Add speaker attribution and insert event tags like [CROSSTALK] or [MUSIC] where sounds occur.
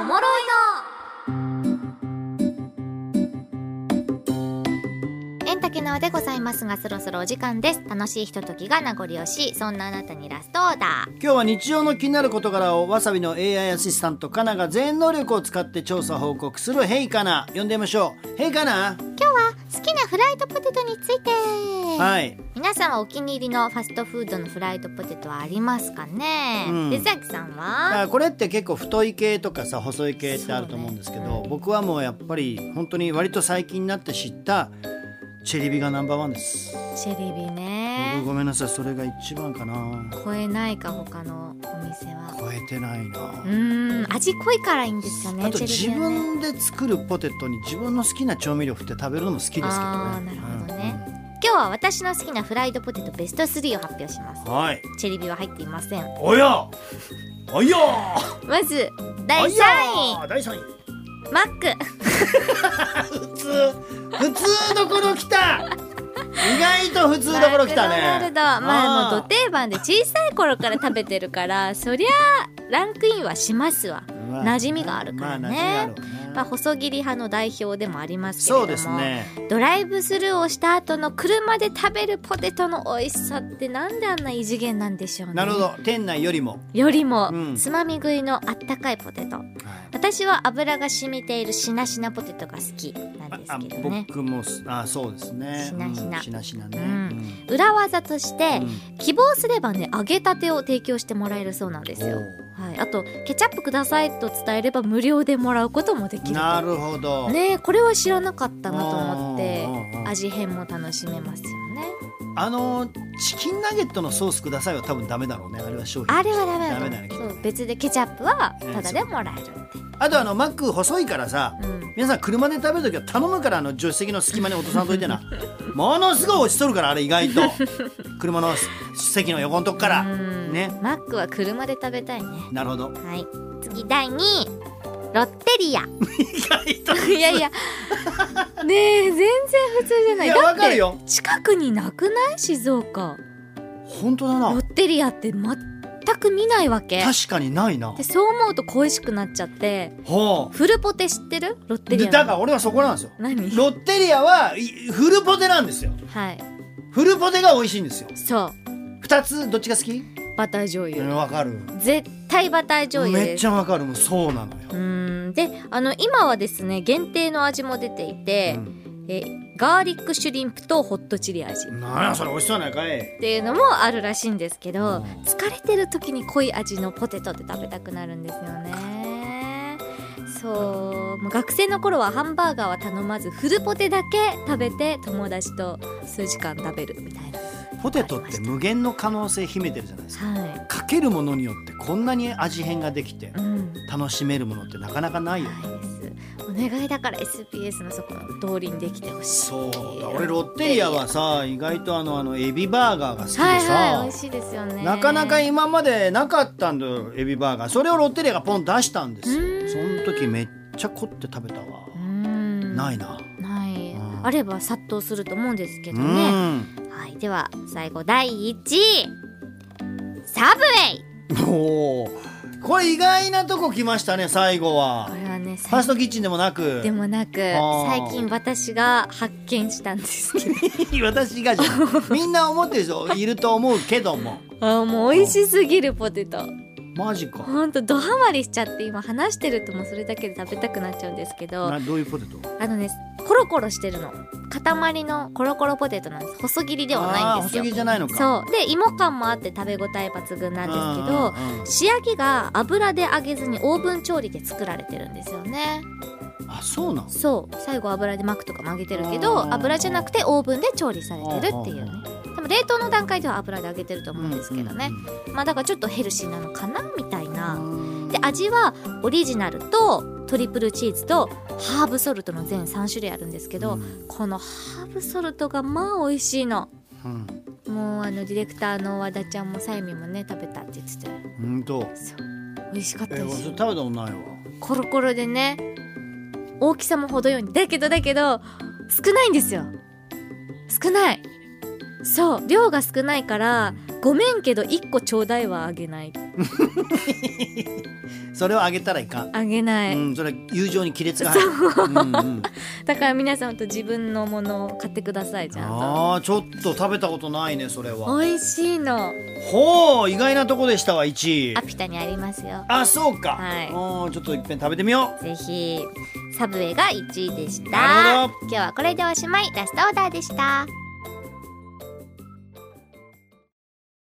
Speaker 1: おもろいのエンタケナワでございますがそろそろお時間です楽しいひとときが名残惜しいそんなあなたにラストオーダー
Speaker 2: 今日は日常の気になる事柄をわさびの AI アシスタントカナが全能力を使って調査報告する「ヘイカナ」呼んでみましょう「ヘイカナ
Speaker 1: 今日は好きなフライドポテトについて」
Speaker 2: はい
Speaker 1: 皆さんはお気に入りのファストフードのフライドポテトはありますかね、
Speaker 2: うん
Speaker 1: でさきさん
Speaker 2: だか
Speaker 1: は
Speaker 2: らこれって結構太い系とかさ細い系ってあると思うんですけ
Speaker 1: そう
Speaker 2: ど、
Speaker 1: ね
Speaker 2: 僕はもうやっぱり本当に割と最近になって知ったチェリビがナンバーワンです、
Speaker 1: チェリビ
Speaker 2: 僕
Speaker 1: ね
Speaker 2: ごめんなさいそれが一番かな
Speaker 1: 超えないか他のお店は
Speaker 2: 超えてないな、
Speaker 1: うーん味濃いからいいんですよね
Speaker 2: あと
Speaker 1: チェリ
Speaker 2: 自
Speaker 1: ビはね
Speaker 2: 分で作るポテトに自分の好きな調味料振って食べるのも好きですけどね
Speaker 1: あーなるほどね、今日は私の好きなフライドポテトベスト3を発表します
Speaker 2: うんはい
Speaker 1: チェリビは入っていません
Speaker 2: おやおや
Speaker 1: まず第3位
Speaker 2: あ第3位
Speaker 1: マック
Speaker 2: 普通普通どころきた意外と普通どころきたね
Speaker 1: マクドナルドまあもう
Speaker 2: ー
Speaker 1: ど定番で小さい頃から食べてるからそりゃランクインはしますわ
Speaker 2: まあ
Speaker 1: 馴染みがあるからね
Speaker 2: まあ馴染みがあるわね
Speaker 1: まあ、細切り派の代表でもありますけれど
Speaker 2: そ
Speaker 1: も
Speaker 2: うですね
Speaker 1: ドライブスルーをした後の車で食べるポテトの美味しさってなんであんな異次元なんでしょうね
Speaker 2: なるほど店内よりも、
Speaker 1: よりも、
Speaker 2: うん
Speaker 1: つまみ食いのあったかいポテト私は油が染みているしなしなポテトが好きなんです
Speaker 2: あ
Speaker 1: けどね
Speaker 2: 僕もすあそうですね
Speaker 1: しなしな
Speaker 2: うんしなしなね、
Speaker 1: う
Speaker 2: うん
Speaker 1: 裏技として、
Speaker 2: うん
Speaker 1: 希望すればね揚げたてを提供してもらえるそうなんですよはい、あとケチャップくださいと伝えれば無料でもらうこともできる
Speaker 2: なるほど、
Speaker 1: ねえこれは知らなかったなと思って
Speaker 2: うんうんうん
Speaker 1: 味変も楽しめますよね
Speaker 2: あのチキンナゲットのソースくださいは多分ダメだろうねあれは商品
Speaker 1: あれはダメだ
Speaker 2: ダ
Speaker 1: と思
Speaker 2: メだ
Speaker 1: う
Speaker 2: ね
Speaker 1: そう別でケチャップはただでもらえるって
Speaker 2: あとあのマック細いからさ、
Speaker 1: うん
Speaker 2: 皆さん車で食べるときは頼むからあの助手席の隙間に落とさんといて [LAUGHS] なものすごい落ちとるからあれ意外 [LAUGHS] と車の席の横のとこから
Speaker 1: うん
Speaker 2: ね
Speaker 1: マックは車で食べたいね
Speaker 2: なるほど
Speaker 1: はい次第2位ロッテリア
Speaker 2: 意外 [LAUGHS] と
Speaker 1: [LAUGHS] いやいやねえ全然普通じゃない
Speaker 2: いやわ
Speaker 1: だ
Speaker 2: か
Speaker 1: っ
Speaker 2: る
Speaker 1: て
Speaker 2: よ
Speaker 1: 近くになくない静岡
Speaker 2: 本当だ
Speaker 1: ロ
Speaker 2: な
Speaker 1: ッテリアって全く見ないわけ
Speaker 2: 確かにないな
Speaker 1: でそう思うと恋しくなっちゃって
Speaker 2: ほ
Speaker 1: フルポテ知ってるロッ
Speaker 2: う
Speaker 1: テリ
Speaker 2: で
Speaker 1: アの
Speaker 2: だから俺はそこなんですよ
Speaker 1: 何
Speaker 2: ロッテリアはいフルポテなんですよ
Speaker 1: はい
Speaker 2: フルポテが美味しいんですよ
Speaker 1: そう
Speaker 2: 二つどっちが好き
Speaker 1: バター醤
Speaker 2: うん
Speaker 1: 油
Speaker 2: わかる
Speaker 1: 絶対バター醤油
Speaker 2: めっ
Speaker 1: です
Speaker 2: ちゃわかるもうそうなのよ
Speaker 1: うーんであの今はですね限定の味も出ていて、
Speaker 2: うん
Speaker 1: えガーリックシュリンプとホットチリ味っ
Speaker 2: なんやそれ美味しそうやないかい
Speaker 1: ていうのもあるらしいんですけ
Speaker 2: う
Speaker 1: ど
Speaker 2: ん
Speaker 1: 疲れてる時に濃い味のポテトって食べたくなるんですよねそうもう学生の頃はハンバーガーは頼まずフルポテだけ食べて友達と数時間食べるみたいな
Speaker 2: ポテトって無限の可能性秘めてるじゃないですか
Speaker 1: は
Speaker 2: かけるものによってこんなに味変ができて
Speaker 1: いうん
Speaker 2: 楽しめるものってなかなかないよね
Speaker 1: はいですお願いだから SBS のそこの通りにできてほしい
Speaker 2: そうだ俺ロッテリアはさ意外とあのあのエビバーガーが好きでさ、
Speaker 1: はいはい美味しいですよね
Speaker 2: なかなか今までなかったんだよエビバーガーそれをロッテリアがポン出したんです
Speaker 1: う
Speaker 2: よ
Speaker 1: ーん
Speaker 2: その時めっちゃ凝って食べたわ
Speaker 1: な
Speaker 2: ないな
Speaker 1: ない
Speaker 2: うん
Speaker 1: あれば殺到すると思うんですけ
Speaker 2: う
Speaker 1: どね
Speaker 2: ん
Speaker 1: はいでは最後第1位サブウェイ
Speaker 2: おおこれ意外なとこ来ましたね最後
Speaker 1: こ
Speaker 2: は
Speaker 1: れはね
Speaker 2: ファー
Speaker 1: 最
Speaker 2: ストキッチンでもなく
Speaker 1: でもなく
Speaker 2: ー
Speaker 1: 最近私が発見したんです
Speaker 2: [LAUGHS]
Speaker 1: けど
Speaker 2: [LAUGHS] 私がじゃんみんな思ってる人いると思うけども
Speaker 1: あーもう美味しすぎるポテト
Speaker 2: マジか
Speaker 1: ほんとドハマりしちゃって今話してるともうそれだけで食べたくなっちゃうんですけど
Speaker 2: などういうポテト
Speaker 1: あのねコロコロしてるの塊のコロコロポテトなんです細切りではな
Speaker 2: あ
Speaker 1: い
Speaker 2: ー
Speaker 1: んですよ
Speaker 2: 細切りじゃないのか
Speaker 1: そうで芋感もあって食べ応え抜群なんですけど
Speaker 2: うんうんうん
Speaker 1: 仕上げが油で揚げずにオーブン調理で作られてるんですよね
Speaker 2: あそうなん
Speaker 1: そう最後油で巻くとかも揚げてるけ
Speaker 2: あ
Speaker 1: ど
Speaker 2: ー
Speaker 1: 油じゃなくてオーブンで調理されてるっていうね多分冷凍の段階では油で揚げてると思うんですけどね、まあだからちょっとヘルシーなのかなみたいなで味はオリジナルとトリプルチーズとハーブソルトの全3種類あるんですけど、このハーブソルトがまあ美味しいの
Speaker 2: うん
Speaker 1: もうあのディレクターの和田ちゃんもさゆみもね食べたって言ってたよ
Speaker 2: うんと
Speaker 1: そう美味しかった
Speaker 2: え
Speaker 1: で
Speaker 2: 俺そ
Speaker 1: す
Speaker 2: れ食べたことないわ
Speaker 1: コロコロでね大きさも程よいだけどだけど少ないんですよ少ないそう量が少ないからごめんけど1個ちょうだいはあげない
Speaker 2: それをあげたらいかん、
Speaker 1: あげない、
Speaker 2: うん、それは友情に亀裂が入る、う
Speaker 1: [LAUGHS]
Speaker 2: んうん、
Speaker 1: だから皆さんと自分のものを買ってくださいちゃんと
Speaker 2: あーちょっと食べたことないねそれは
Speaker 1: 美味しいの
Speaker 2: ほう意外なとこでしたわ1位
Speaker 1: アピタにありますよ
Speaker 2: あそうか、
Speaker 1: はい
Speaker 2: うんちょっといっぺん食べてみよう
Speaker 1: ぜひサブウェイが1位でした
Speaker 2: なるほど
Speaker 1: 今日はこれでおしまいラストオーダーでした